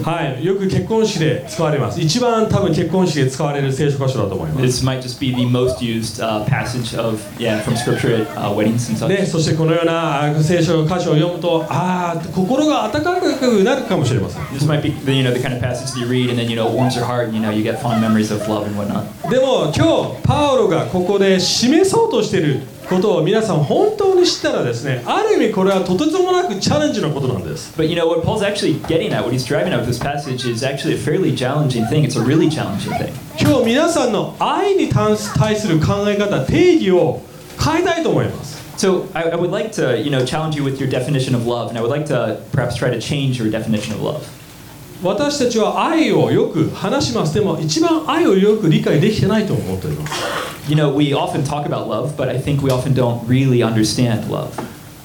はい、よく結婚式で使われます。一番多分結婚式で使われる聖書箇所だと思います。 This might just be the most used uh, passage of yeah from scripture at uh, weddings and such. ね、そしてこのようなあ聖書の箇所を読むとああ心が温かくなるかもしれません This might be the, you know the kind of passage that you read and then you know it warms your heart and you know you get fond memories of love and whatnot. でも今日パウロがここで示そうとしていることを皆さん本当に知ったらですねある意味これはとてつもなくチャレンジのことなんです But you know what Paul's actually getting at, what he's driving at with this passage is actually a fairly challenging thing. It's a really challenging thing. 今日皆さんの愛に対する考え方定義を変えたいと思います So I, I would like to you know challenge you with your definition of love, and I would like to perhaps try to change your definition of love. 私たちは愛をよく話しますでも一番愛をよく理解できてないと思っております You know we often talk about love, but I think we often don't really understand love.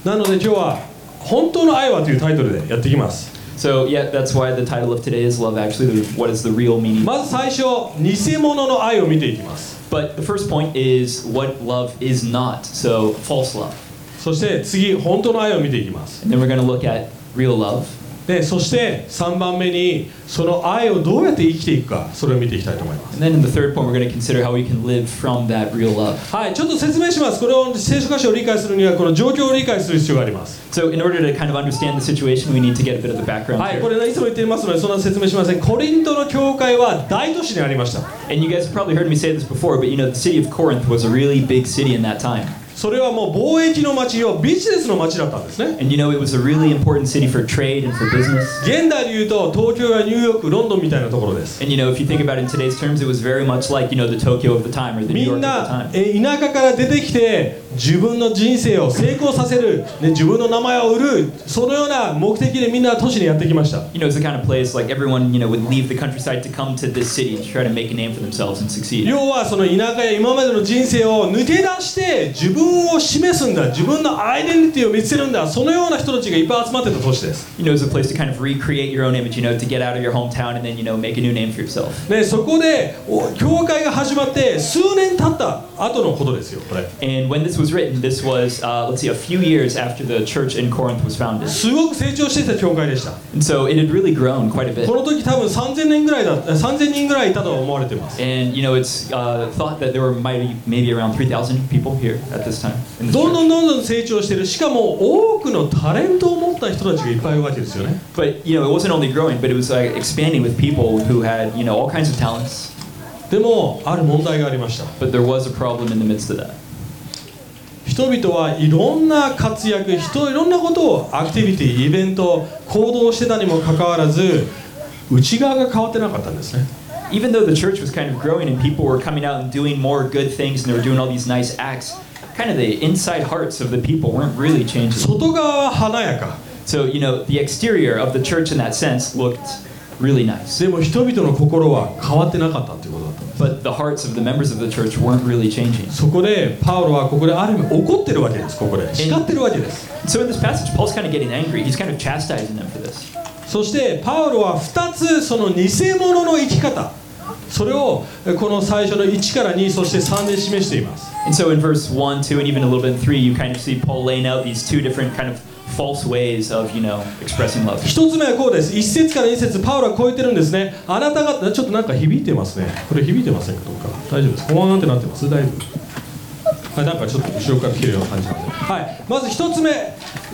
なので今日は「本当の愛は?」というタイトルでやっていきます So yeah, that's why the title of today is love. Actually, the, what is the real meaning? まず最初偽物の愛を見ていきます But the first point is what love is not. So false love, そして次本当の愛を見ていきます and then we're going to look at real love. でそして3番目にその愛をどうやって生きていくかそれを見ていきたいと思います And then in the third point, we're going to consider how we can live from that real love. はいちょっと説明しますこれを聖書箇所を理解するにはこの状況を理解する必要があります So, in order to kind of understand the situation, we need to get a bit of the background. はい here. これねいつも言っていますのでそんな説明しませんコリントの教会は大都市にありました And you guys have probably heard me say this before, but you know, the city of Corinth was a really big city in that time. それはもう貿易の街要はビジネスの街だったんですね And you know, it was a really important city for trade and for business. 現代で言うと東京やニューヨークロンドンみたいなところです And you know, if you think about it in today's terms, it was very much like, you know, the Tokyo of the time or the New みん York of the な time. えー田舎から出てきて自分の人生を成功させる、ね、自分の名前を売るそのような目的でみんな都市にやってきました You know, it's the kind of place like everyone, you know, would leave the countryside to come to this city and try to make a name for themselves and succeed. 要はその田舎や今までの人生を抜け出して自分を示すんだ自分のアイデンティティを見せるんだそのような人たちがいっぱい集まってた都市です、 You know, it's a place to kind of recreate your own image, you know, to get out of your hometown and then, you know, make a new name for yourself. ね、そこでお教会が始まって数年経った後のことですよこれ And when this was written, this was, uh, let's see, a few years after the church in Corinth was founded. すごく成長してた教会でした And so it had really grown quite a bit. この時多分3000人ぐらいだ3000人ぐらいいたと思われてます And you know, it's uh, thought that there were mighty, maybe around 3,000 people here at this time. in this どん church. どんどんどん成長してるしかも多くのタレントを持った人たちがいっぱいいるわけですよね But you know, it wasn't only growing, but it was like expanding with people who had you know all kinds of talents. でもある問題がありました But there was a problem in the midst of that. 人々はいろんな活躍人いろんなことをアクティビティイベント行動してたにもかかわらず内側が変わってなかったんですね Even though the church was kind of growing and people were coming out and doing more good things and they were doing all these nice acts, kind of the inside hearts of the people weren't really changing. 外側は華やか So you know, the exterior of the church in that sense looked really nice, でも人々の心は変わってなかったっていうことだった but the hearts of the members of the church weren't really changing. そこでパウロはここである意味怒ってるわけですここで叱ってるわけです So in this passage, Paul's kind of getting angry. He's kind of chastising them for this. そしてパウロは2つその偽物の生き方それをこの最初の1から2そして3で示しています And so in verse 1, 2, and even a little bit in 3, you kind of see Paul laying out these two different kind of false ways of, you know, expressing love. 1つ目はこうです1節から2節パウロはこう言ってるんですねあなたがちょっとなんか響いてますねこれ響いてませんかどうか大丈夫ですほわーんってなってますだいぶはいなんかちょっと後ろから切るような感じなんで、はい、まず1つ目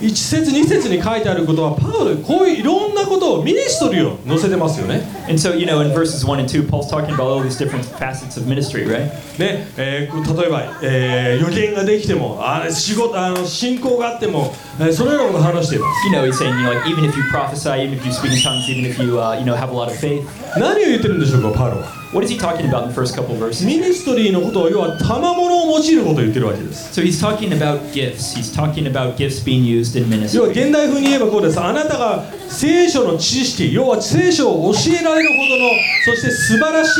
1節2節に書いてあることはパウロこういういろんなことをミニストリーを載せてますよね And so, you know, in verses 1 and 2, Paul's talking about all these different facets of ministry, right? ねえー例えば、えー予言ができてもあれ仕事あの信仰があっても、えーそれらのことを話しています You know, he's saying, you know, like, even if you prophesy, even if you speak in tongues, even if you, uh, you know, have a lot of faith. 何を言ってるんでしょうかパウロは What is he talking about in the first couple verses? ミニストリーのことを要は賜物を用いることを言ってるわけです So he's talking about gifts. He's talking about gifts being used in 要は ministry. 現代風に言えばこうですあなたが聖書の知識要は聖書を教えられるほどのそして素晴らしい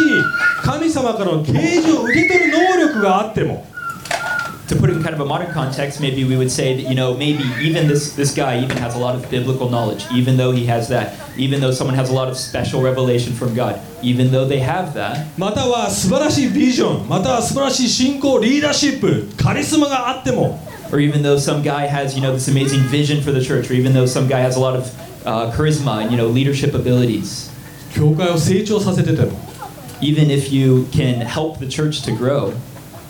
神様からの啓示を受け取る能力があっても To put it in kind of a modern context, maybe we would say that, you know, maybe even this, this guy even has a lot of biblical knowledge, even though he has that, even though someone has a lot of special revelation from God, even though they have that, または素晴らしいビジョンまたは素晴らしい信仰リーダーシップカリスマがあっても or even though some guy has, you know, this amazing vision for the church, or even though some guy has a lot of uh, charisma and, you know, leadership abilities. 教会を成長させてても Even if you can help the church to grow,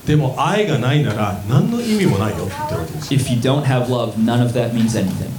でも愛がないなら何の意味もないよって言ってるわけです if you don't have love, none of that means anything.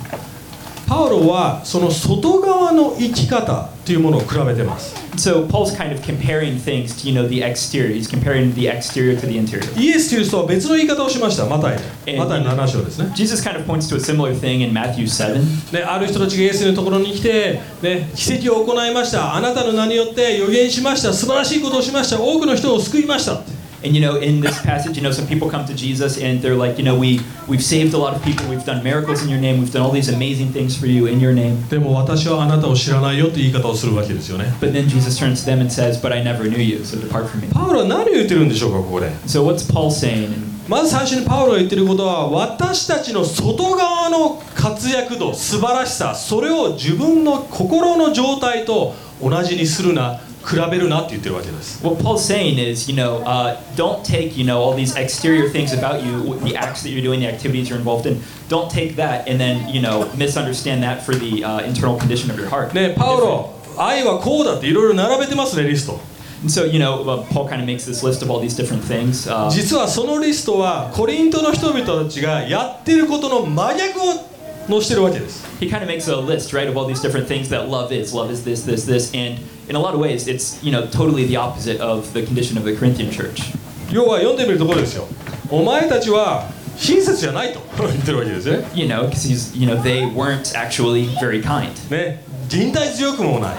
パウロはその外側の生き方というものを比べてます So Paul's kind of comparing things to, you know, the exterior. He's comparing the exterior to the interior. イエス・キリストは別の言い方をしましたマタイでえーマタイの7章ですね Jesus kind of points to a similar thing in Matthew 7. ね、ある人たちがイエスのところに来て、ね、奇跡を行いましたあなたの名によって予言しました素晴らしいことをしました多くの人を救いました And you know, in this passage, you know, some people come to Jesus and they're like, you know, we we've saved a lot of people, we've done miracles in your name, we've done all these amazing things for you in your name. でも私はあなたを知らないよって言い方をするわけですよね But then Jesus turns to them and says, "But I never knew you, so depart from me." パウロは何を言ってるんでしょうかここで So what's Paul saying? まず最初にパウロが言ってることは私たちの外側の活躍度素晴らしさそれを自分の心の状態と同じにするな比べるなって言ってるわけです What Paul's saying is, you know, uh, don't take, you know, all these exterior things about you, the acts that you're doing, the activities you're involved in, don't take that and then, you know, misunderstand that for the uh, internal condition of your heart. ねえパウロ愛はこうだっていろいろ並べてますねリスト And so, you know, uh, Paul kind of makes this list of all these different things. Uh, 実はそのリストはコリントの人々たちがやってることの真逆を載してるわけです he kind of makes a list, right, of all these different things that love is. Love is this, this, this, and in a lot of ways, it's you know totally the opposite of the condition of the Corinthian church. 要は読んでみるところですよお前たちは親切じゃないと言ってるわけですね You know, because he's you know they weren't actually very kind. ね忍耐強くもない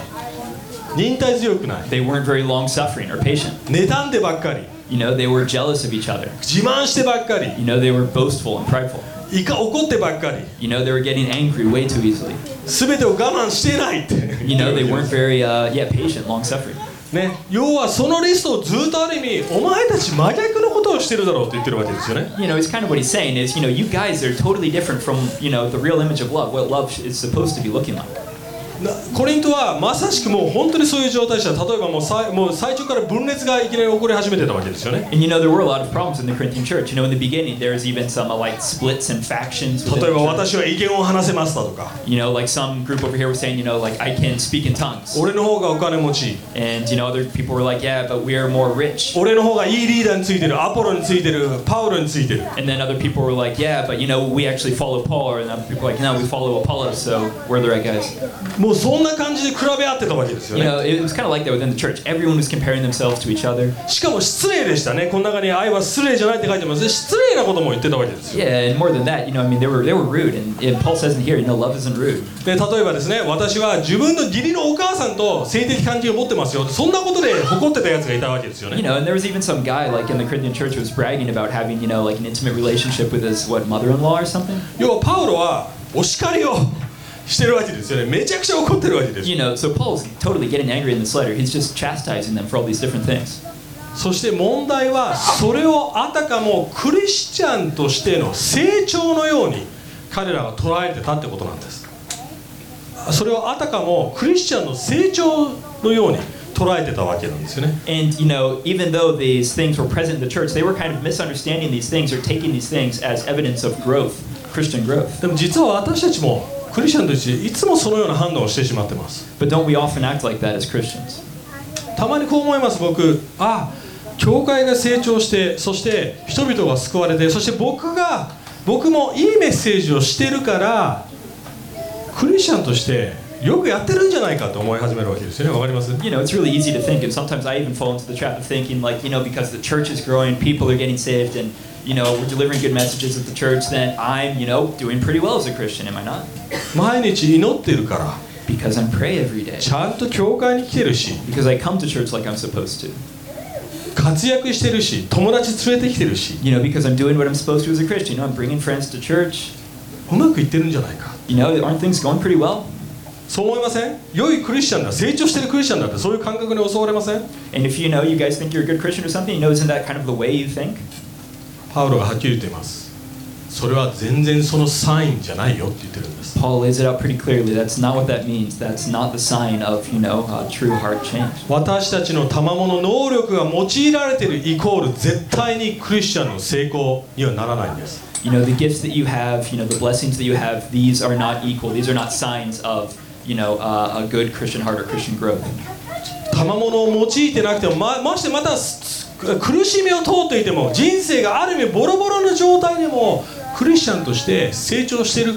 忍耐強くない They weren't very long suffering or patient. 妬んでばっかり You know, they were jealous of each other. 自慢してばっかり You know, they were boastful and prideful. いか怒ってばっかり You know, they were getting angry way too easily. 全てを我慢してないって You know, they weren't very uh, yeah patient, long suffering. ね要はそのリストをずっとある意味お前たち真逆のことをしてるだろうって言ってるわけですよね You know, it's kind of what he's saying is you know you guys are totally different from you know the real image of love, what love is supposed to be looking like. なコリントはまさしくもう本当にそういう状態でした例えばもう最もう最初から分裂がいきなり起こり始めてたわけですよね And you know, there were a lot of problems in the Corinthian church. You know, in the beginning, there was even some uh, like splits and factions. within 例えば the church. 私は意見を話せますだとか You know, like some group over here was saying, you know, like I can speak in tongues. 俺の方がお金持ち And, you know, other people were like, yeah, but we are more rich. 俺の方がいいリーダーについてるアポロについてるパウロについてる And then other people were like, yeah, but, you know, we actually follow Paul. And other people were like, no, we follow Apollo, so we're the right guys. もうそんな感じで比べ合ってたわけですよ You ね know, it was kind of like that within the church. Everyone was comparing themselves to each other. しかも失礼でしたねこの中に愛は失礼じゃないって書いてますね失礼なことも言ってたわけですよ Yeah, and more than that, you know, I mean, they were they were rude. And, and Paul says in here, you know, love isn't rude. で例えばですね私は自分の義理のお母さんと性的関係を持ってますよそんなことで誇ってたやつがいたわけですよね You know, and there was even some guy like in the Corinthian church who was bragging about having, you know, like an intimate relationship with his what mother-in-law or something. 要はパウロはお叱りをしてるわけですよねめちゃくちゃ怒ってるわけです You know, so Paul's totally getting angry in this letter. He's just chastising them for all these different things. そして問題はそれをあたかもクリスチャンとしての成長のように彼らが捉えてたってことなんですそれをあたかもクリスチャンの成長のように捉えてたわけなんですよね And you know, even though these things were present in the church, they were kind of misunderstanding these things or taking these things as evidence of growth, Christian growth. でも実は私たちもクリスチャンとしていつもそのような判断をしてしまってます But don't we often act like that as Christians? たまにこう思います僕あ教会が成長してそして人々が救われてそして僕が僕もいいメッセージをしてるからクリスチャンとしてよくやってるんじゃないかと思い始めるわけですよねわかります You know, it's really easy to think, and sometimes I even fall into the trap of thinking, like, you know, because the church is growing, people are getting saved, and, you know, we're delivering good messages at the church, then I'm, you know, doing pretty well as a Christian, am I not? 毎日祈ってるから Because I pray every day. ちゃんと教会に来てるし Because I come to church like I'm supposed to. 活躍してるし友達連れてきてるし You know, because I'm doing what I'm supposed to as a Christian. You know, I'm bringing friends to church. うまくいってるんじゃないか You know, aren't things going pretty well? そう思いません良いクリスチャンだ成長してるクリスチャンだってそういう感覚に襲われません And if you know, you guys think you're a good Christian or something, you know, isn't that kind of the way you think? パウロがはっきり言っていますそれは全然そのサインじゃないよって言ってるんです Paul lays it out pretty clearly. That's not what that means. That's not the sign of, you know, uh, true heart change. 私たちの賜物能力が用いられているイコール絶対にクリスチャンの成功にはならないんです You know, the gifts that you have, you know, the blessings that you have, these are not equal. These are not signs of you know, uh, a good Christian heart or Christian growth. 賜物を用いてなくてもまましてまたす苦しみを通っていても人生がある意味ボロボロの状態でもクリスチャンとして成長してる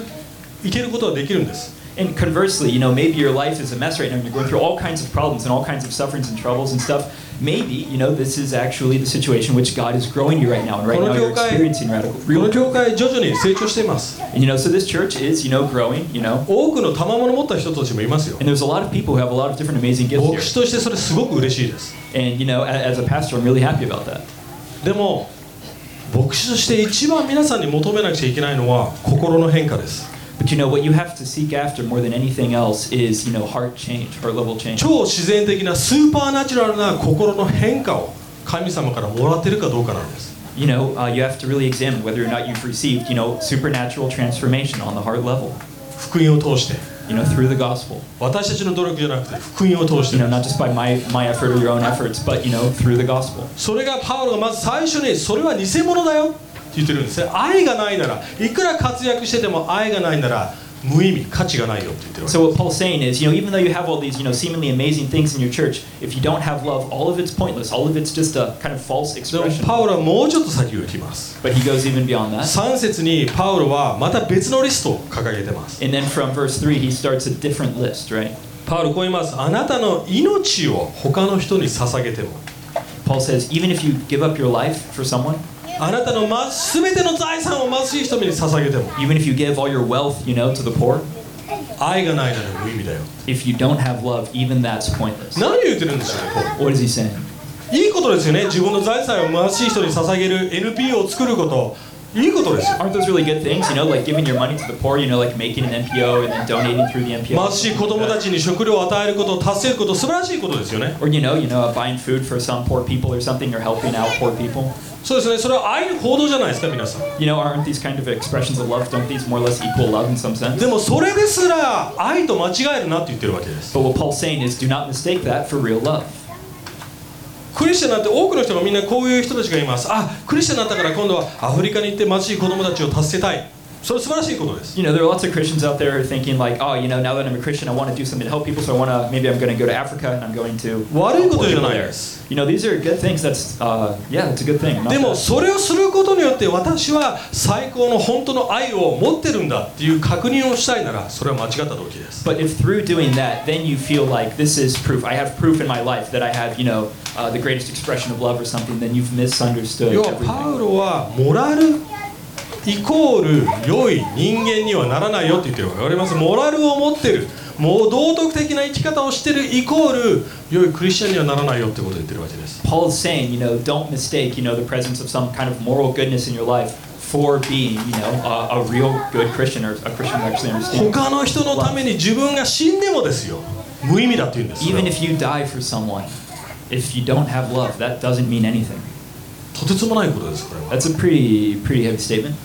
いけることはできるんです And conversely, you know, maybe your life is a mess right now and you're going through all kinds of problems and all kinds of sufferings and troubles and stuff. Maybe, you know, this is actually the situation which God is growing you right now. And right now you're experiencing radical この real. 教会徐々に成長しています And, you know, so this church is, you know, growing, you know. 多くの賜物を持った人たちもいますよ And there's a lot of people who have a lot of different amazing gifts 牧師 here. としてそれすごく嬉しいです And, you know, a- as a pastor, I'm really happy about that. でも牧師として一番皆さんに求めなくちゃいけないのは心の変化です But, you know, what you have to seek after more than anything else is, you know, heart change, heart level change. 超自然的なスーパーナチュラルな心の変化を神様からもらってるかどうかなんです You know, uh, you have to really examine whether or not you've received, you know, supernatural transformation on the heart level, 福音を通して you know, through the gospel. 私たちの努力じゃなくて福音を通して you know, る not just by my, my effort or your own efforts, but you know, through the gospel. それがパウロがまず最初にそれは偽物だよって言ってるんですね愛がないならいくら活躍してても愛がないなら無意味価値がないよって言ってるわけ So what Paul's saying is, you know, even though you have all these, you know, seemingly amazing things in your church, if you don't have love, all of it's pointless. All of it's just a kind of false でも expression. パウロはもうちょっと先を行きます But he goes even beyond that. 3節にパウロはまた別のリストを掲げてます And then from verse three, he starts a different list, right? パウロこう言いますあなたの命を他の人に捧げても Paul says, even if you give up your life for someone, あなたのま全ての財産を貧しい人に捧げても even if you give all your wealth, you know, to the poor, 愛がないなら無意味だよ if you don't have love, even that's pointless. 何を言ってるんでしょうねパウロ What is he saying? いいことですよね自分の財産を貧しい人に捧げる NPO を作ることいいことですよ Aren't those really good things? You know, like giving your money to the poor, you know, like making an NPO and then donating through the NPO. 貧しい子供たちに食料を与えること助けること素晴らしいことですよね Or you know, you know, uh, buying food for some poor people or something, or helping out poor people. そうですねそれは愛の行動じゃないですか皆さん You know, aren't these kind of expressions of love? Don't these more or less equal love in some sense? でもそれですら愛と間違えるなって言ってるわけです But what Paul's saying is, do not mistake that for real love. クリスチャンなんて多くの人がみんなこういう人たちがいますあクリスチャンになったから今度はアフリカに行って貧しい子供たちを助けたいそれ素晴らしいことです You know, there are lots of Christians out there who are thinking like, oh, you know, now that I'm a Christian, I want to do something to help people, so I want to maybe I'm going to go to Africa and I'm going to. 悪いこ poor とじゃ people ない there. です You know, these are good things. That's uh, yeah, that's a good thing. I'm not でも bad. それをすることによって私は最高の本当の愛を持ってるんだっていう確認をしたいならそれは間違った動機です But if through doing that, then you feel like this is proof, I have proof in my life that I have, you know, uh, the greatest expression of love or something, then you've misunderstood 要は everything. パウロはモラルイコール良い人間にはならないよって言ってるわかりますモラルを持ってるもう道徳的な生き方をしてるイコール良いクリスチャンにはならないよってことを言ってるわけです Paul is saying, you know, don't mistake, you know, the presence of some kind of moral goodness in your life for being, you know, a, a real good Christian or a Christian who actually understands. 他の人のために自分が死んでもですよ無意味だって言うんですそれ Even は if you die for someone, if you don't have love, that doesn't mean anything. とてつもないことですこれは That's a pretty, pretty heavy statement.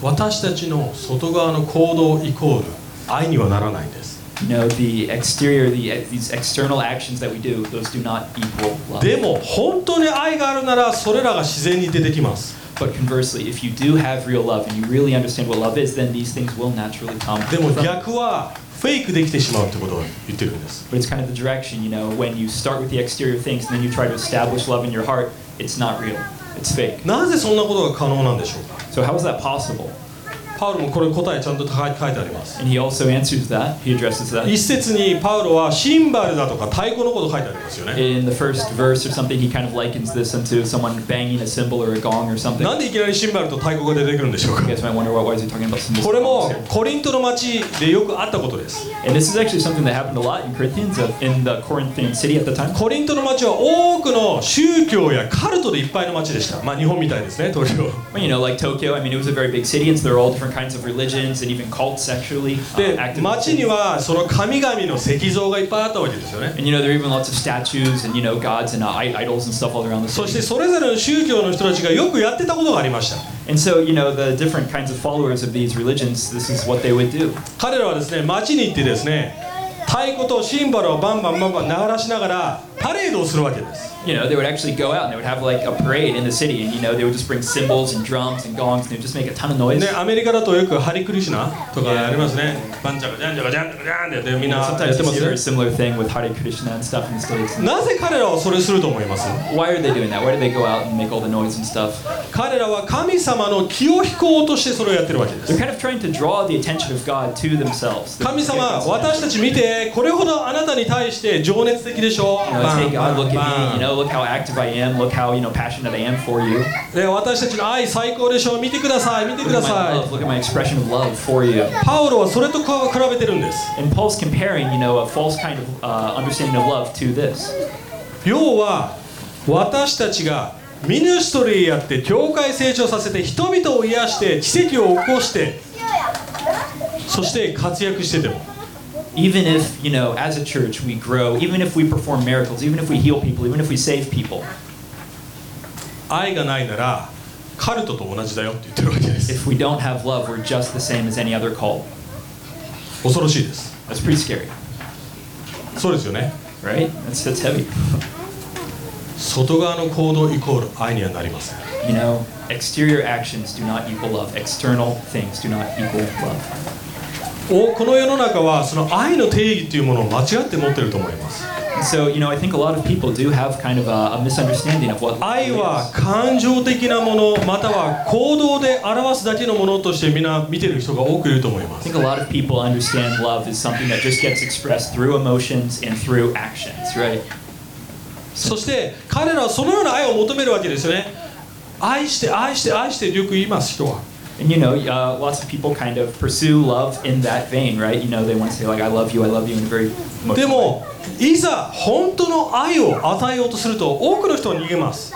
私たちの外側の行動イコール愛にはならないんです You know, the exterior, the, these external actions that we do, those do not equal love. でも本当に愛があるならそれらが自然に出てきます But conversely, if you do have real love and you really understand what love is, then these things will naturally come. でも from- 逆はフェイクできてしまうってことを言ってるんです But it's kind of the direction, you know, when you start with the exterior things and then you try to establish love in your heart, it's not real. It's fake. なぜそんなことが可能なんでしょうか So how is that possible? パウロもこれ答えちゃんと書いてあります And he also answers that. He addresses that. 一節にパウロはシンバルだとか太鼓のこと書いてありますよね In the first verse or something, he kind of likens this unto someone banging a cymbal or a gong or something. なんでいきなりシンバルと太鼓が出てくるんでしょうか You guys might wonder, well, why is he talking about cymbals? これ and も gongs here? コリントの町でよくあったことです And this is actually something that happened a lot in Corinthians, uh, in the Corinthian city at the time. コリントの町は多くの宗教やカルトでいっぱいの町でしたまあ日本みたいですね東京 Well, you know, like Tokyo, I mean, it was a very big city, and so there were all different kinds of religions and even cults actually uh, で active. in the 町に city. はその神々の石像がいっぱいあったわけですよね And you know, there were even lots of statues and you know gods and uh, i- idols and stuff all around the そして city. それぞれの宗教の人たちがよくやってたことがありました And so, you know, the different kinds of followers of these religions, this is what they would do. 彼らはですね町に行ってですね太鼓とシンバルをバンバンバンバン鳴らしながらパレードをするわけです。 You know, they would actually go out and they would have like a parade in the city, and you know, they would just bring cymbals and drums and gongs, and they would just make a ton of noise. ね、アメリカだとよくハリクリシュナとかありますね。バンチャカジャンジャカジャンジャカジャンってやってみん You な know, やっ sometimes て uh, you ま see a すね very similar thing with Hare Krishna and stuff in the states. なぜ彼らはそれすると思います Why are they doing that? Why do they go out and make all the noise and stuff? 彼らは神様の気を引こうとしてそれをやってるわけです They're。kind of trying to draw the attention of God to themselves. 神様、私たち見て、これほどあなたに対して情熱的でしょ You know, バ hey ンバン God, look at me. バ You ン know, look how active I am. Look how you know passionate I am for you. Look ね私たちの愛最高でしょ見てください、見てく at だ my さ love. い。 Look at my expression of love for you. パウロはそれとこ比べてるんです。 And Paul's comparing, you know, a false kind of uh, understanding of love to this. 要は私たちがミニストリーやって教会成長させて人々を癒して奇跡を起こしてそして活躍してても Even if you know, as a church, we grow. Even if we perform miracles. Even if we heal people. Even if we save people. 愛がないならカルトと同じだよって言ってるわけです If we don't have love, we're just the same as any other cult. 恐ろしいです That's pretty scary, そうですよね right? That's that's heavy. 外側の行動イコール愛にはなりません You know, exterior actions do not equal love. External things do not equal love. おこの世の中はその愛の定義っていうものを間違って持ってると思います So, you know, I think a lot of people do have kind of a, a misunderstanding of what 愛 love は is. 感情的なものまたは行動で表すだけのものとしてみんな見てる人が多くいると思いま I す think a lot of people understand love is something that just gets expressed through emotions and through actions, right? そして彼らはそのような愛を求めるわけですよね愛して愛して愛してよく言います人は And you know, uh, lots of people kind of pursue love in that vein, right? You know, they want to say like, "I love you, I love you," in a very で emotional. way. もいざ本当の愛を与えようとすると多くの人は逃げます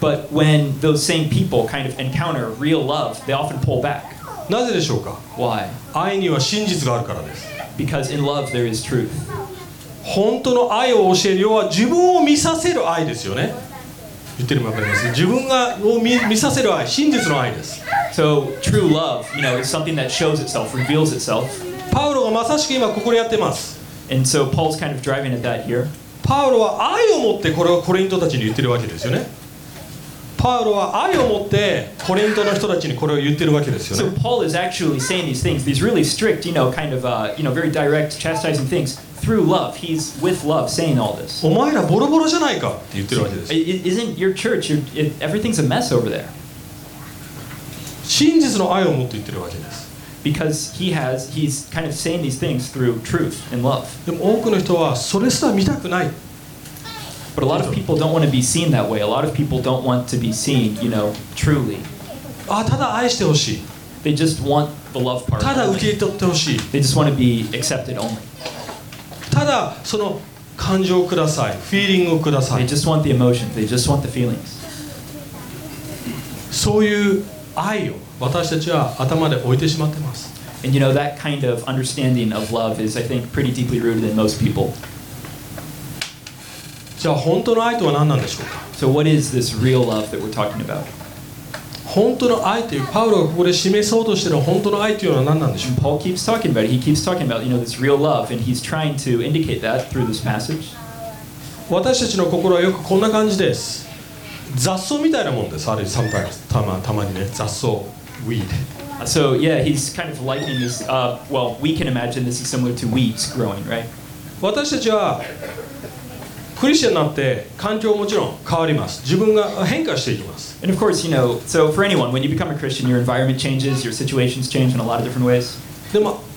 But when those same people kind of encounter real love, they often pull back. なぜでしょうか Why? 愛には真実があるからです Because in love there is truth. 本当の愛を教える要は自分を見させる愛ですよね言ってるの分かります自分がを見見させる愛真実の愛です So true love, you know, is something that shows itself, reveals itself. パウロがまさしく今ここでやってます And so Paul's kind of driving at that here. パウロは愛を持ってこれをコリントたちに言ってるわけですよねパウロは愛を持ってコリントの人たちにこれを言ってるわけですよ So ね Paul is actually saying these things, these really strict, you know, kind of, uh, you know, very direct, chastising things through love. He's with love saying all this. お前らボロボロじゃないかって言ってるわけで I- i- す Isn't your church? Your, it, everything's a mess over there 真実の愛を持って言ってるわけです because he has. He's kind of saying these things through truth and love. でも多くの人はそれすら見たくない But a lot of people don't want to be seen that way. A lot of people don't want to be seen, you know, truly. あただ愛してほしい They just want the love part. ただ受 Only. け取ってほしい They just want to be accepted only. ただその感情をくださいフィーリングをくださ They い just want the emotions. They just want the feelings. そういう愛を私たちは頭で置いてしまってます And you know, that kind of understanding of love is, I think, pretty deeply rooted in most people. じゃあ本当の愛とは何なんでしょうか So, what is this real love that we're talking about? 本当の愛というパウロがここで示そうとしている本当の愛というのは何なんでしょ And Paul keeps talking about it. He keeps talking about, you know, this real love, and he's trying to indicate that through this passage. う私たちの心はよくこんな感じです雑草みたいなもんですある sometimes たまたまにね雑草 weed Uh, So, yeah, he's kind of likening this. Uh, well, we can imagine this is similar to weeds growing, right? 私たちはクリスチャンになって環境もちろん変わります自分が変化していきます And of course, you know, so for anyone, when you become a Christian, your environment changes, your situations change in a lot of different ways. でも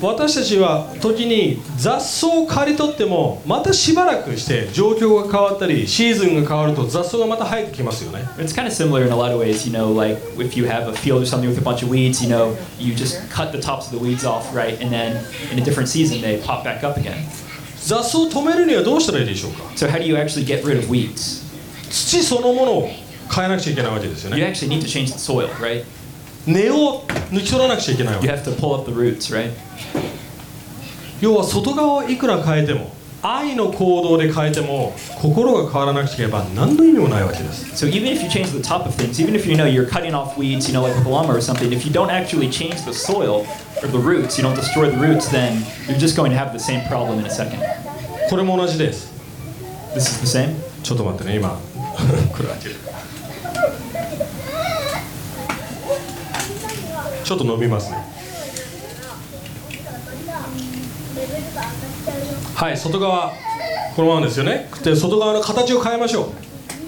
私たちは時に雑草を刈り取ってもまたしばらくして状況が変わったりシーズンが変わると雑草がまた生えてきますよね It's kind of similar in a lot of ways, you know, like if you have a field or something with a bunch of weeds, you know, you just cut the tops of the weeds off, right? And then in a different season, they pop back up again. 雑草を止めるにはどうしたらいいでしょうか So, how do you actually get rid of weeds? 土そのものを変えなくちゃいけないわけですよ You ね actually need to change the soil, right? 根を抜き取らなくちゃいけないわ You け have to pull up the roots, right? 要は外側をいくら変えても愛の行動で変えても心が変わらなくちゃいければ何の意味もないわけです So, even if you change the top of things, even if you know you're cutting off weeds, you know, like with a llama or something, if you don't actually change the soil or the roots, you don't destroy the roots, then you're just going to have the same problem in a second. これも同じです This is the same. ちょっと待ってね今 これ開けるちょっと飲みますねはい外側このままですよねで外側の形を変えましょ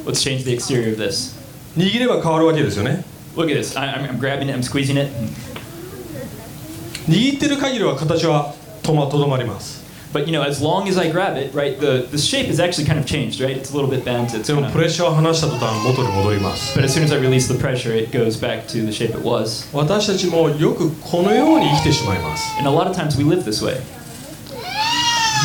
Let's change the exterior of this. う握れば変わるわけですよね Look at this. I, I'm, I'm grabbing it. I'm squeezing it. 握ってる限りは形はとまとどまります But you know, as long as I grab it, right, the, the shape is actually kind of changed, right? It's a little bit bent. It's でも kind プレッシャーを離した途端元に戻ります but as soon as I release the pressure, it goes back to the shape it was. 私たちもよくこのように生きてしまいます And a lot of times we live this way.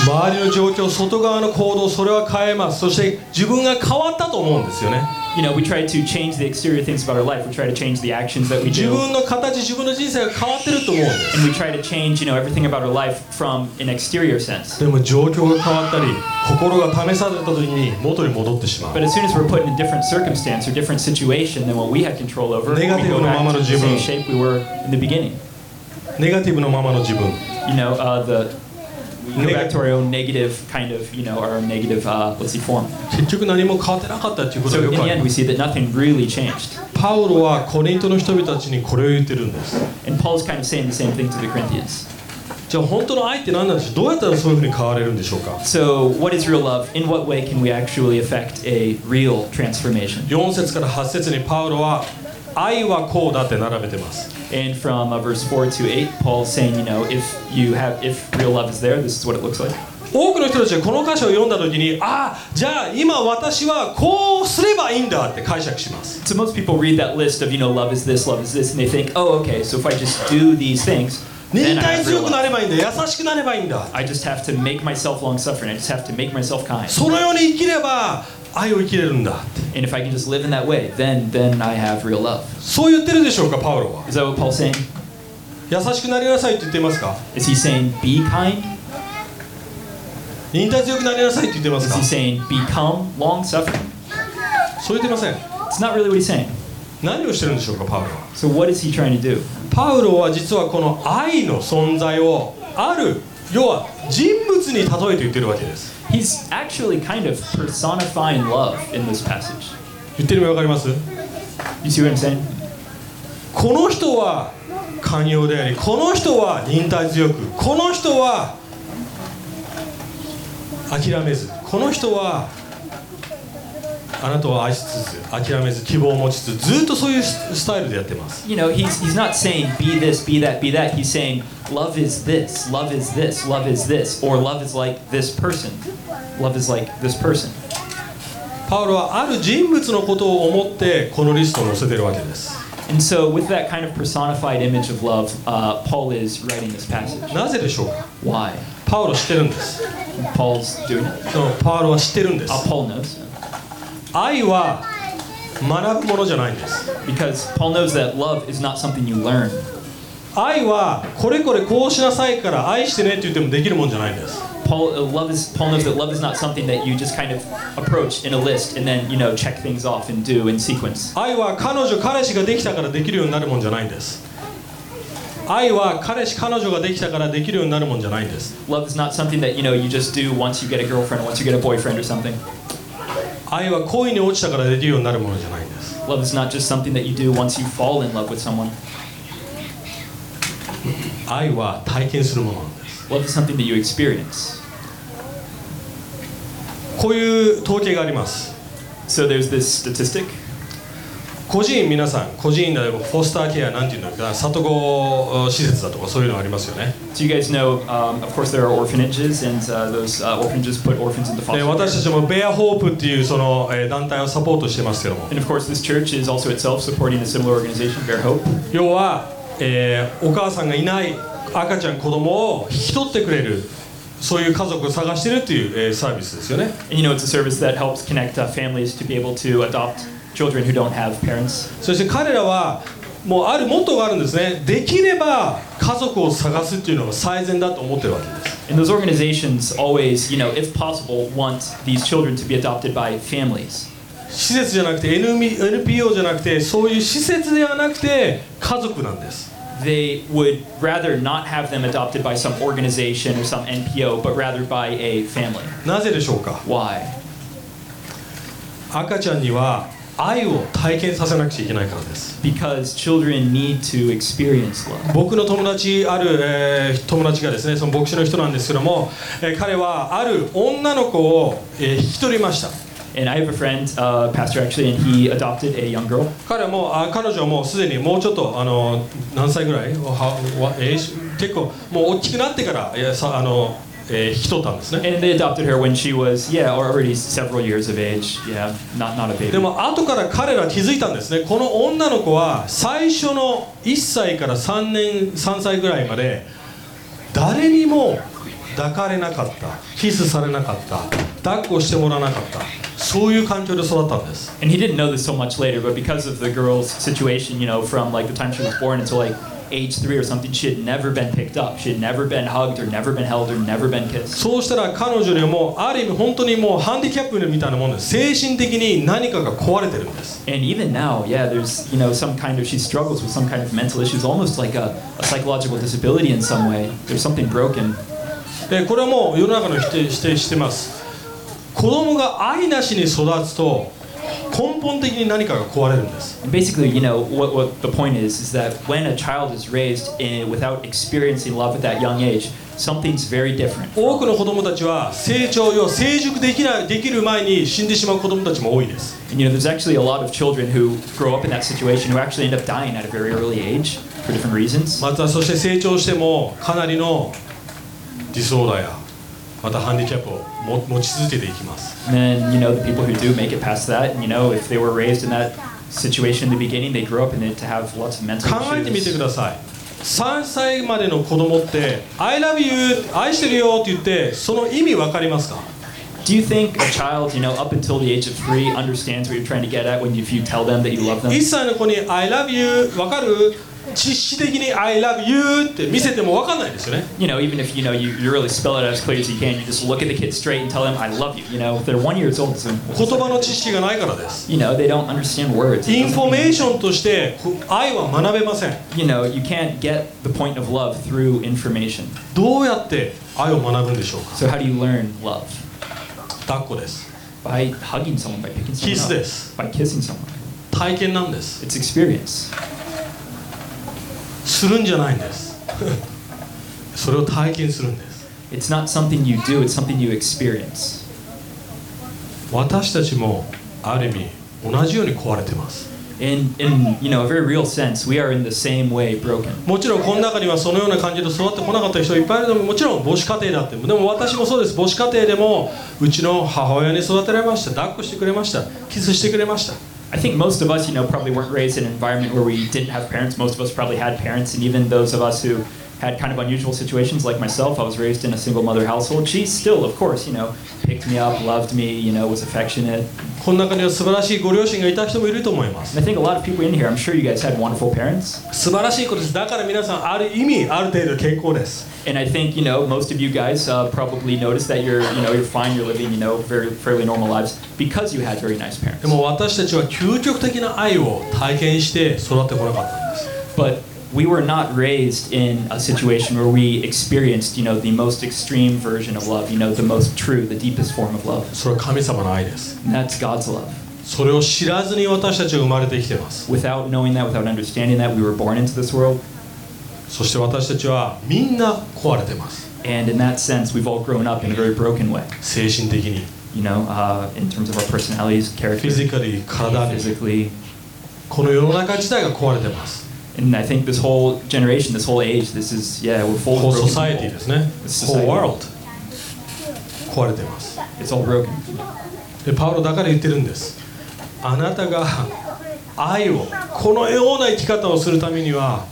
周りの状況外側の行動それは変えますそして自分が変わったと思うんですよね You know, we try to change the exterior things about our life. We try to change the actions that we 自 do. 分の形自分の人生が変わってると思うんです And we try to change, you know, everything about our life from an exterior sense. でも状況が変わったり心が試された時に元に戻ってしまう But as soon as we're put in a different circumstance or different situation than what we had control over, we go back to the same shape we were in the beginning. ネガティブのままの自分 You know, uh, the we go back to our own negative kind of, you know, our own negative, uh, let's see, form. 結局何も変わってなかったっていうことがよ So in く the ある end, we see that nothing really changed. パウロはコリントの人々たちにこれを言ってるんです And Paul's kind of saying the same thing to the Corinthians. じゃあ本当の愛って何なんでしょうどうやったらそういうふうに変われるんでしょうか So, what is real love? In what way can we actually affect a real transformation? 4節から8節にパウロは愛はこうだって並べてます And from uh, verse 4 to 8, Paul's saying, you know, if you have, if real love is there, this is what it looks like. 多くの人たちがこの箇所を読んだ時にああじゃあ今私はこうすればいいんだって解釈します So most people read that list of, you know, love is this, love is this, and they think, oh, okay, so if I just do these things, 忍 then I, 耐 have real 強くな love. ればいいんだ優しくなればいいんだ I just have to make myself long suffering. I just have to make myself kind. そのように生きれば愛を生きれるんだって And if I can just live in that way, then then I have real love. そう言ってるでしょうかパウロは Is that what Paul's saying? 優しくなりなさいって言っていますか Is he saying be kind? 忍耐強くなりなさいって言ってます Is か he saying become long suffering? そう言ってません It's not really what he's saying. 何をしてるんでしょうかパウロは So what is he trying to do? パウロは実はこの愛の存在をある要は人物に例えて言ってるわけです He's actually kind of personifying love in this passage. 言ってる意味わかります You see what I'm saying? この人は寛容でありこの人は忍耐強くこの人は諦めずこの人はあなたを愛しつつ諦めず希望を持ちつつずっとそういうススタイルでやってます You know, he's, he's not saying be this, be that, be that. He's saying love is this, love is this, love is this, or love is like this person. Love is like this person. パウロはある人物のことを思ってこのリストを載せてるわけです And so, with that kind of personified image of love, uh, Paul is writing this passage. なぜでしょうか Why? パウロ知ってるんです Paul's doing it. でもパウロは知ってるんです Uh, Paul knows. 愛は学ぶものじゃないんです Because Paul knows that love is not something you learn. 愛はこれこれこうしなさいから愛してねって言ってもできるもんじゃないんです Paul, uh, love is, Paul knows that love is not something that you just kind of approach in a list and then, you know, check things off and do in sequence. 愛は彼女彼氏ができたからできるようになるもんじゃないんです愛は彼氏彼女ができたからできるようになるもんじゃないんです Love is not something that you know you just do once you get a girlfriend or once you get a boyfriend or something. 愛は恋に落ちたからできるようになるものじゃないんです Love is not just something that you do once you fall in love with someone. 愛は体験するものなんです Love is something that you experience. こういう統計があります So there's this statistic. 個人皆さん個人でもフォスターケアなんていうんだろうな里子施設だとかそういうのありますよね So you guys know, um, of course, there are orphanages, and uh, those uh, orphanages put orphans into で foster. 私たちもベアホープっていうその、えー団体をサポートしてますけども And of course, this church is also itself supporting a similar organization, Bear Hope. 要は、えーお母さんがいない赤ちゃん子供を引き取ってくれるそういう家族を探してるっていう、えーサービスですよね And you know, it's a service that helps connect uh, families to be able to adopt children who don't have parents. そして彼らはもうあるモットーがあるんですねできれば家族を探すっていうのが最善だと思ってるわけです And those organizations always, you know, if possible, want these children to be adopted by families. 施設じゃなくて NP NPO じゃなくてそういう施設ではなくて家族なんです They would rather not have them adopted by some organization or some NPO, but rather by a family. なぜでしょうか Why? 赤ちゃんには愛を体験させなくちゃいけないからです because children need to experience love. 僕の友達ある、えー友達がですねその牧師の人なんですけども、えー彼はある女の子を、えー引き取りました And I have a friend, uh, pastor actually, and he adopted a young girl. 彼もあ彼女はもうすでにもうちょっとあの何歳ぐらいはわえーし結構もう大きくなってからいやさあの、えー引き取ったんですね And they adopted her when she was, yeah, already several years of age. Yeah, not, not a で baby. も後から彼ら気づいたんですねこの女の子は最初の1歳から3年3歳ぐらいまで誰にも抱かれなかったキスされなかった抱っこしてもらわなかったそういう環境で育ったんです And he didn't know this till much later, but because of the girl's situation, you know, from like the time she was born until like age three or something, she had never been picked up. She had never been hugged or never been held or never been kissed. そうしたら彼女にはもうある意味本当にもうハンディキャップみたいなものです精神的に何かが壊れてるんです And even now, yeah, there's you know some kind of she struggles with some kind of mental issues, almost like a, a psychological disability in some way. There's something broken. でこれはもう世の中の否定否定してます子供が愛なしに育つと根本的に何かが壊れるんです And basically, you know what, what the point is is that when a child is raised in, without experiencing love at that young age, something's very different. 多くの子供たちは成長要は成熟できないできる前に死んでしまう子供たちも多いです And you know, there's actually a lot of children who grow up in that situation who actually end up dying at a very early age for different reasons. またそして成長してもかなりのディソーダーやまたハンディキャップをも持ち続けていきます And then you know the people who do make it past that, you know, if they were raised in that situation in the beginning, they grow up and they to have lots of mental 考えてみ issues. てください3歳までの子供って「I love you」「愛してるよ」って言ってその意味分かりますか Do you think a child, you know, up until the age of three, understands what you're trying to get at when you, if you tell them that you love them? 1歳の子に「I love you」分かる実質的に「I love you」って見せても分かんないですよね You know, even if you know you, you really spell it out as clear as you can, you just look at the kid straight and tell them, "I love you." You know, if they're one years old, so 言葉の知識がないからです you know they don't understand words. インフォメーションとしてこ愛は学べません You know, you can't get the point of love through information. どうやって愛を学ぶんでしょうか So how do you learn love? 抱っこです By hugging someone, by picking someone Kiss up, this. by kissing someone. 体験なんです It's experience. するんじゃないんです それを体験するんです It's not something you do; it's something you experience. 私たちもある意味同じように壊れてます In in you know a very real sense, we are in the same way broken. もちろんこの中にはそのような感じで育ってこなかった人いっぱいいるのももちろん母子家庭だってでも私もそうです母子家庭でもうちの母親に育てられました抱っこしてくれましたキスしてくれました I think most of us, you know, probably weren't raised in an environment where we didn't have parents. Most of us probably had parents, and even those of us who had kind of unusual situations, like myself, I was raised in a single mother household. She still, of course, you know, picked me up, loved me, you know, was affectionate. この中には素晴らしいご両親がいた人もいると思います And I think a lot of people in here, I'm sure you guys had wonderful parents. 素晴らしいことですだから皆さんある意味ある程度健康です And I think, you know, most of you guys uh, probably noticed that you're, you know, you're fine, you're living, you know, very fairly normal lives because you had very nice parents. でも私たちは究極的な愛を体験して育ってこなかったんです But we were not raised in a situation where we experienced, you know, the most extreme version of love, you know, the most true, the deepest form of love. それは神様の愛です And that's God's love. それを知らずに私たちは生まれてきてます Without knowing that, without understanding that, we were born into this world. そして私たちはみんな壊れてます And in that sense, we've all grown up in a very broken way, 精神的に you know, uh, in terms of our personalities, フ character, ィジカルに体に physically. この世の中自体が壊れてます And I think this whole generation, this whole age, this is, yeah, we're full こう of broken ソサエティ people. ですね whole Society world 壊れてます It's all broken. でパウロだから言ってるんですあなたが愛をこのような生き方をするためには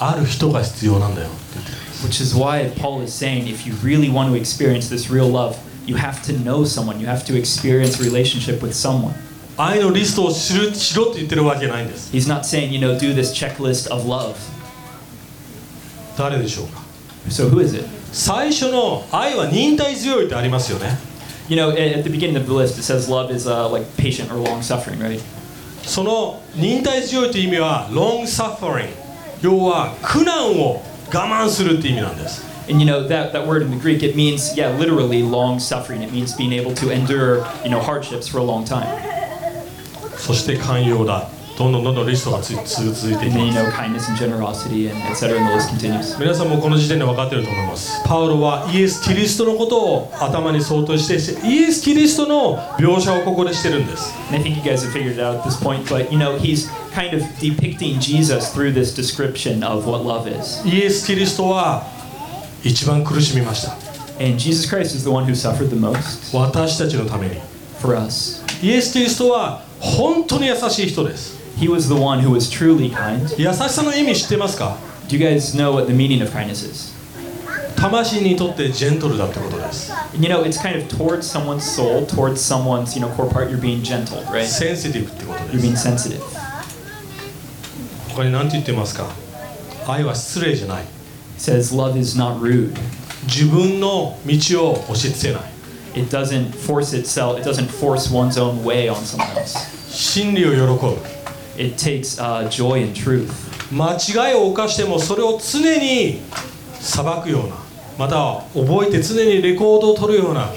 ある人が必要なんだよって言ってる Which is why Paul is saying if you really want to experience this real love, you have to know someone. You have to experience a relationship with someone. 愛のリストを知るしろって言ってるわけないんです He's not saying, you know, do this checklist of love. 誰でしょうか So who is it? 最初の愛は忍耐強いってありますよね You know, at, at the beginning of the list, it says love is uh, like patient or long suffering, right? その忍耐強いという意味は long suffering 要は苦難を我慢するって意味なんです And you know, that, that word in the Greek, it means, yeah, literally long suffering. It means being able to endure, you know, hardships for a long time. そして寛容だどんどんどんどんリストがつ続続いてい And き then, ま you す know, kindness and generosity and etc. And the list continues. 皆さんもこの時点で分かっていると思いますパウロはイエス・キリストのことを頭に相当してしてイエス・キリストの描写をここでしてるんです And I think you guys have figured it out at this point, but you know, he's kind of depicting Jesus through this description of what love is. イエス・キリストは一番苦しみました And Jesus Christ is the one who suffered the most 私たちのために for us. イエス・キリストは本当に優しい人です He was the one who was truly kind. 優しさの意味知ってますか Do you guys know what the meaning of kindness is? 魂にとってジェントルだってことです You know, it's kind of towards someone's soul, towards someone's, you know, core part, you're being gentle, right? センシティブってことで You're す being sensitive. 他に何て言ってますか愛は失礼じゃない He says love is not rude. 自分の道を押し付けない It doesn't force itself, it doesn't force one's own way on someone else. 真理を喜ぶ It takes uh, joy in truth. 間違いを犯してもそれを常に裁くようなまたは覚えて常にレコードを取るような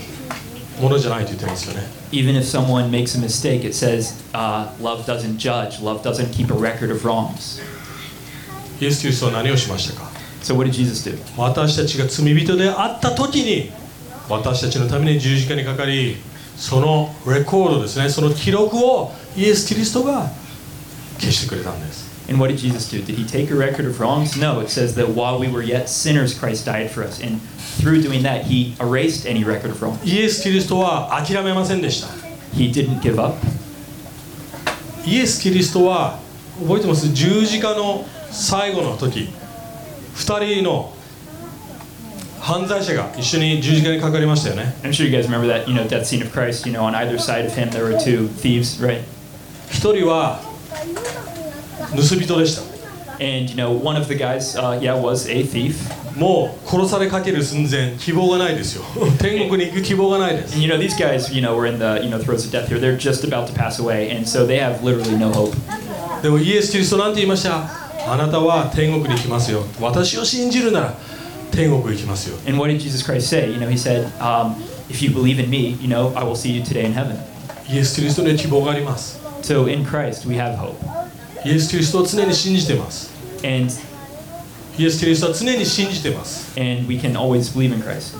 ものじゃないと言ってますよね Even if someone makes a mistake, it says uh, love doesn't judge, love doesn't keep a record of wrongs. イエス・キリストは何をしましたか So, what did Jesus do? 私たちが罪人であった時に私たちのために十字架にかかりそのレコードですねその記録をイエス・キリストが消してくれたんです And what did Jesus do? Did he take a record of wrongs? No, it says that while we were yet sinners, Christ died for us. And through doing that, he erased any record of wrong. イエス・キリストは諦めませんでした He didn't give up. イエス・キリストは覚えてます十字架の最後の時2人の犯罪者が一緒に十字架にかかりましたよね I'm sure you guys remember that, you know, death scene of Christ. You know, on either side of him, there were two thieves, right? 1人は盗人でした And, you know, one of the guys, uh, yeah, was a thief. もう殺されかける寸前希望がないですよ 天国に行く希望がないです And, you know, these guys, you know, were in the, you know, throes of death here. They're just about to pass away. And so they have literally no hope. でもイエス・キリストなんて言いましたあなたは天国に行きますよ私を信じるなら天国行きますよ And what did Jesus Christ say? You know, he said, um, if you believe in me, you know, I will see you today in heaven. イエス・キリストには希望があります So in Christ, we have hope. イエス・キリストを常に信じてます And イエス・キリストは常に信じてます。 and we can always believe in Christ.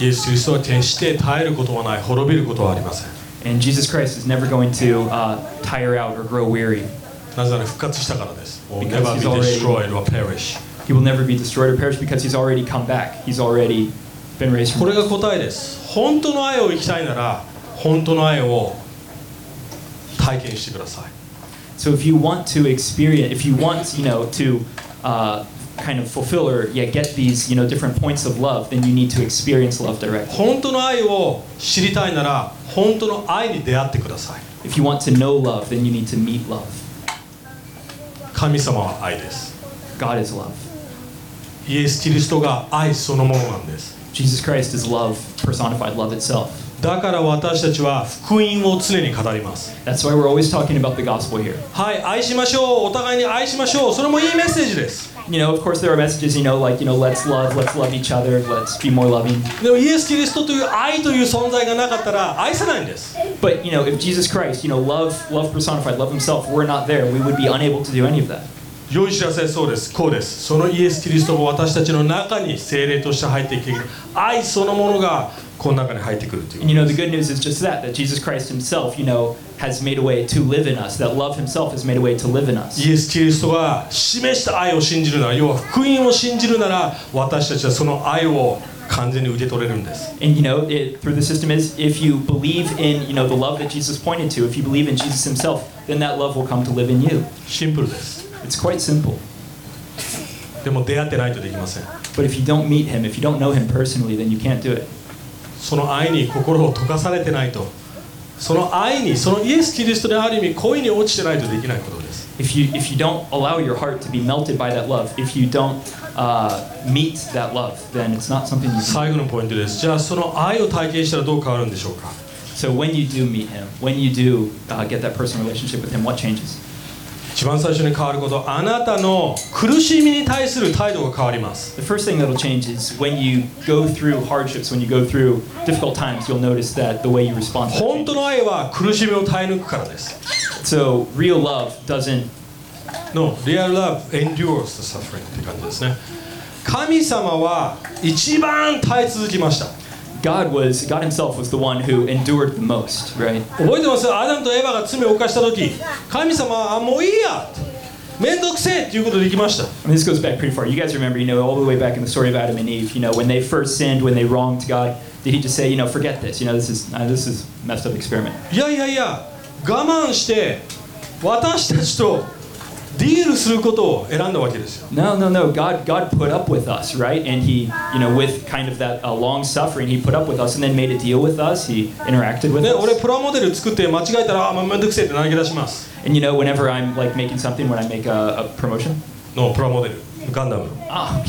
イエス・キリストは決して耐えることはない、滅びることはありません。 And Jesus Christ is never going to uh, tire out or grow weary. なぜなら復活したからです。Will Because never be he's already- destroyed or perish. He will never be destroyed or perish because he's already come back. He's already been raised こ from れが答えです。本当の愛を生きたいなら、本当の愛を体験してください。 So if you want to experience, if you want, you know, to uh, kind of fulfill or yeah, get these, you know, different points of love, then you need to experience love directly. 本当の愛を知りたいなら、本当の愛に出会ってください。 If you want to know love, then you need to meet love. 神様は愛です。 God is love. イエス・キリストが愛そのものなんです。 Jesus Christ is love, personified love itself. だから私たちは福音を常に語ります。 That's why we're always talking about the gospel here. はい、愛しましょう、お互いに愛しましょう、それもいいメッセージです。 You know, of course, there are messages, you know, like, you know, let's love, let's love each other, let's be more loving. でもイエス・キリストという愛という存在がなかったら愛せないんです。 But, you know, if Jesus Christ, you know, love, love personified, love himself, were not there, we would be unable to do any of that. 良い知らせそうです、こうです。そのイエス・キリストが私たちの中に精霊として入ってきて、愛そのものがこの中に入ってくるという And, you know, the good news is just that, that Jesus Christ himself, you know, has made a way to live in us, that love himself has made a way to live in us. イエス・キリストが示した愛を信じるなら、要は福音を信じるなら、私たちはその愛を完全に受け取れるんです。 And, you know, it, through the system is if you believe in, you know, the love that Jesus pointed to, if you believe in Jesus himself, then that love will come to live in you. シンプルです。 It's quite simple. でも出会ってないとできません。 But if you don't meet him, if you don't know him personally, then you can't do it. その愛に心を溶かされてないとその愛にそのイエス・キリストである意味恋に落ちてないとできないことです if you if you don't allow your heart to be melted by that love, if you don't uh, meet that love, then it's not something you. Can. 最後のポイントですじゃあその愛を体験したらどう変わるんでしょうか So when you do meet Him, when you do uh, get that personal relationship with Him, what changes? 一番最初に変わることあなたの苦しみに対する態度が変わります The first thing that'll change is when you go through hardships, when you go through difficult times, you'll notice that the way you respond. to that 本当 changes. の愛は苦しみを耐え抜くからです So real love doesn't. No, real love endures the suffering って感じですね。神様は一番耐え続きました。 God was God Himself was the one who endured the most, right? 覚えてますアダムとエヴァが罪を犯した時神様はあもういいやめんどくせえっていうことで行きました And this goes back pretty far. You guys remember, you know, all the way back in the story of Adam and Eve. You know, when they first sinned, when they wronged God, did He just say, you know, forget this? You know, this is uh, this is messed up experiment. いやいやいや我慢して私たちとディールすることを選んだわけですよ No, no, no. God, God put up with us, right? And He, you know, with kind of that uh, long suffering, He put up with us and then made a deal with us. He interacted with ね、俺 us. プラモデル作って間違えたらあもうめんどくせえって投げ出します And you know, whenever I'm like making something, when I make a, a promotion, のプラモデルガンダム ah,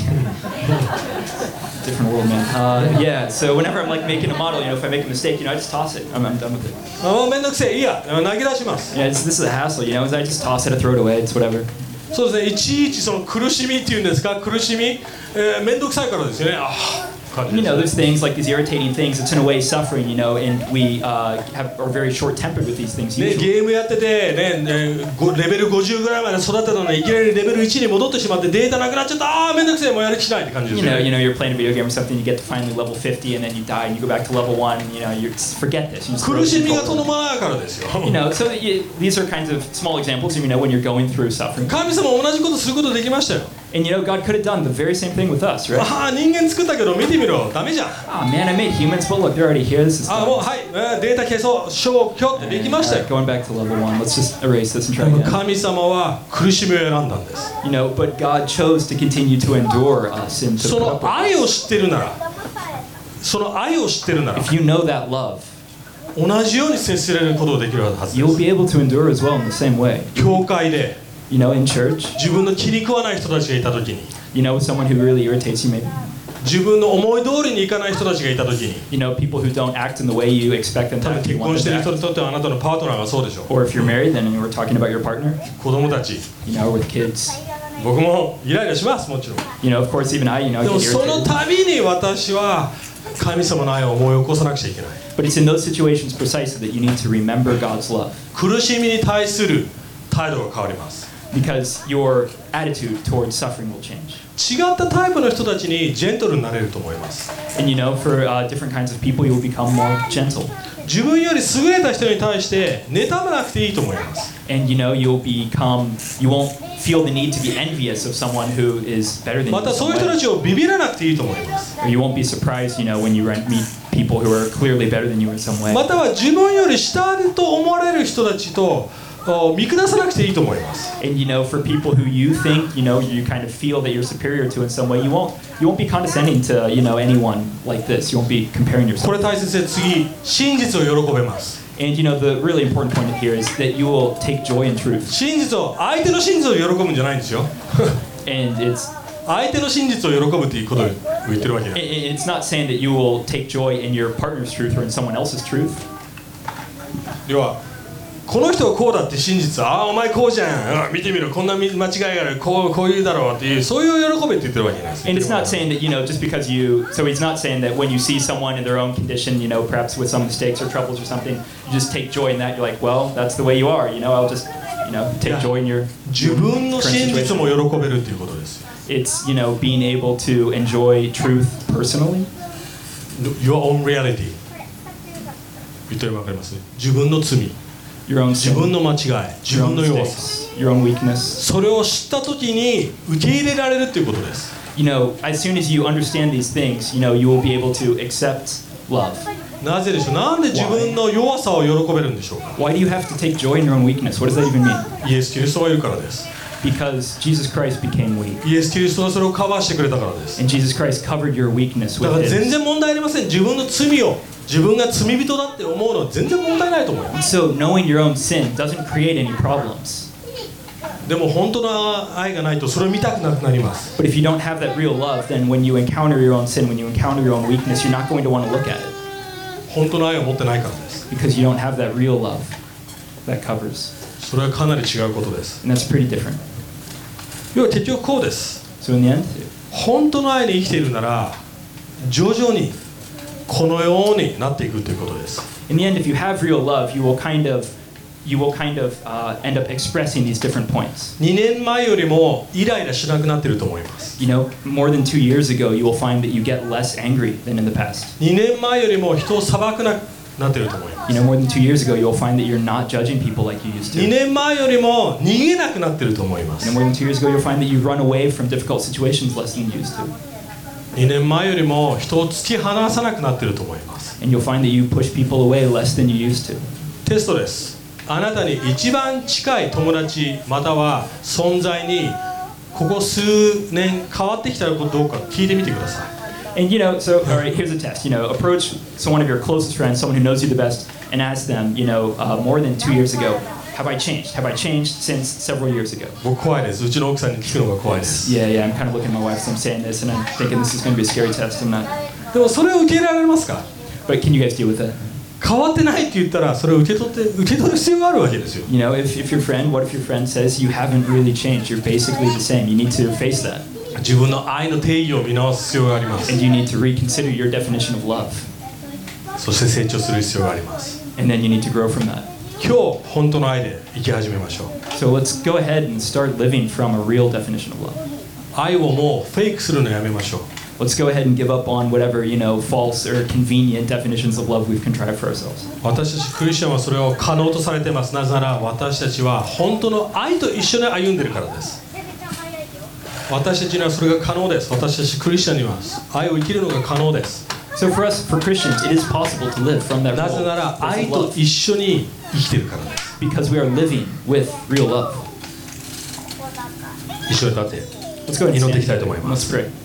okay. different world, man. Uh, yeah. So whenever I'm like making a model, you know, if I make a mistake, you know, I just toss it. I'm, I'm done with it. あもうめんどくせえいいや投げ出します Yeah, it's, this is a hassle, you know. I just toss it, I throw it away. It's whatever. そうですねいちいちその苦しみっていうんですか苦しみ、えー、めんどくさいからですよねあー感じ You です know, there's things like these irritating things. It's in a way suffering, you know, and we uh, have, are very short-tempered with these things. ね、 Usually. ゲームやってて、ねねごレベル50ぐらいまで育てたのにいきなりレベル1に戻ってしまってデータなくなっちゃったあーめんどくせえもうやる気しないって感じで You すよ know, ね you know, you're playing a video game or something. You get to finally level 50, and then you die, and you go back to level one. And, you know, you just forget this. You, just throw 苦しみが the controller. 伴わないからですよ you know, so that you, these are kinds of small examples. You know, when you're going through suffering, 神様同じことすることできましたよ and you know, God could have done the very same thing with us, right? ああ人間作ったけど見てみろダメじゃん Ah, man, I made humans, but look, they're already here. This is ああもうはい、えーデータ消そう消去ってで And, き uh, ましたよ going back to level one. Let's just erase this and try でも again. 神様は苦しみを選んだんです You know, but God chose to continue to endure us and to そ put の up 愛 with を us. 知ってるならその愛を知ってるなら If you know that love, 同じように接することができるはずで you'll す be able to endure as well in the same way. 教会で You know, in church, 自分の気に食わない人たちがいた時に you know, with someone who really irritates you, maybe. 自分の思い通りにいかない人たちがいた時に you know, people who don't act in the way you expect them 多 to 分 act. You 結 want 婚してる them 人 to act. にとってはあなたのパートナーがそうでしょ Or if you're married, then we're talking about your partner, 子供たち you know, with kids. 僕もイライラしますもちろん You know, of course, even I, you know, で get もその irritated. 度に私は神様の愛を思い起こさなくちゃいけない But it's in those situations precisely that you need to remember God's love 苦しみに対する態度が変わります because your attitude towards suffering will change. 違ったタイプの人たちにジェントルになれると思います And you know, for uh, different kinds of people, you will become more gentle. 自分より優れた人に対して妬まなくていいと思います And you know, you'll become, you won't feel the need to be envious of someone who is better than you. ま in た some そういう人 way. たちをビビらなくていいと思います Or you won't be surprised, you know, when you run- meet people who are clearly better than you in some way. または自分より下と思われる人たちとお見下さなくていいと思います And you know, for people who you think, you know, you kind of feel that you're superior to in some way, you won't you won't be condescending to, you know, anyone like this. You won't be comparing これ yourself. 大切で次真実を喜べます And you know, the really important point here is that you will take joy in truth. 真実を相手の真実を喜ぶんじゃないんですよ And it's 相手の真実を喜ぶっていうことを言ってるわけ i- i- で it's not saying that you will take joy in your partner's truth or in someone else's truth. 要はこの人はこうだって真実ああお前こうじゃん、うん見てみろこんな間違いがあるこうこういうだろうっていうそういう喜べって言ってるわけなんですよ And it's not saying that, you know, just because you so he's not saying that when you see someone in their own condition, you know, perhaps with some mistakes or troubles or something, you just take joy in that. You're like, well, that's the way you are, you know, I'll just you know, take Yeah. joy in your 自分の真実も喜べるっていうことですよ it's you know being able to enjoy truth personally Your own reality 言ってるわかります自分の罪 your own 自分 sin, の間違い自 your 分 own の弱さ mistakes, your own weakness それを知った時に受け入れられるっていうことです you know as soon as you understand these things you know you will be able to accept love なぜでしょうなんで自分の弱さを喜べるんでしょうか why do you have to take joy in your own weakness what does that even mean イエス・キリストがいるからです。 because jesus christ became weak イエス・キリストがそれをカバーしてくれたからです。 and jesus christ covered your weakness だ with から全 his 然問題ありません。自分の罪を、自分が罪人だって思うのは全然問題ないと思いま so knowing your own sin doesn't create any problems す。でも本当の愛がないとそれを見たくなくなります。 but if you don't have that real love then when you encounter your own sin when you encounter your own weakness you're not going to want to look at it 本当の愛を持ってないからです。 because you don't have that real love that covers. それはかなり違うことです。 And that's pretty different. 要は結局こうです。 So in the end, 本当の愛に生きているなら、徐々にこのようになっていくということです。 in the end, if you have real love, you will kind of you will kind of uh, end up expressing these different points. 2年前よりもイライラしなくなってると思います You know, more than two years ago, you will find that you get less angry than in the past. 2年前よりも人を裁くなくなってると思います You know, more than two years ago, you will find that you're not judging people like you used to. 2年前よりも逃げなくなってると思いま You す know, more than two years ago, you'll find that you run away from difficult situations less than you used to. 2年前よりも人を突き放さなくなってると思います And you'll find that you push people away less than you used to. テストですあなたに一番近い友達または存在にここ数年変わってきたことどうか聞いてみてください And you know, so all right, here's a test. You know, approach someone of your closest friends, someone who knows you the best, and ask them. You know, uh, more than two years ago, have I changed? Have I changed since several years ago? 僕怖いですうちの奥さんに聞くのが怖いです Yeah, yeah. I'm kind of looking at my wife as I'm saying this, and I'm thinking this is going to be a scary test. I'm not. でもそれを受け入れられますか But can you guys deal with it? 変わってないって言ったらそれを受け取って受け取る必要があるわけですよ You know, if, if your friend, what if your friend says you haven't really changed? You're basically the same. You need to face that, 自分の愛の定義を見直す必要があります and you need to reconsider your definition of love, そして成長する必要があります and then you need to grow from that. 今日本当の愛で生き始めましょう So let's go ahead and start living from a real definition of love. 愛をもうフェイクするのやめましょう Let's go ahead and give up on whatever, you know, false or convenient definitions of love we've contrived for ourselves. 私たちクリスチャンはそれを可能とされていますなぜなら私たちは本当の愛と一緒に歩んでるからです私たちにはそれが可能です私たちクリスチャンには愛を生きるのが可能です So for us, for Christians, it is possible to live from that な role ぜなら of 愛と love 一緒に生きてるからです because we are living with real love. 一緒に立って Let's go ahead and You don't stand. think that, don't worry about Let's pray.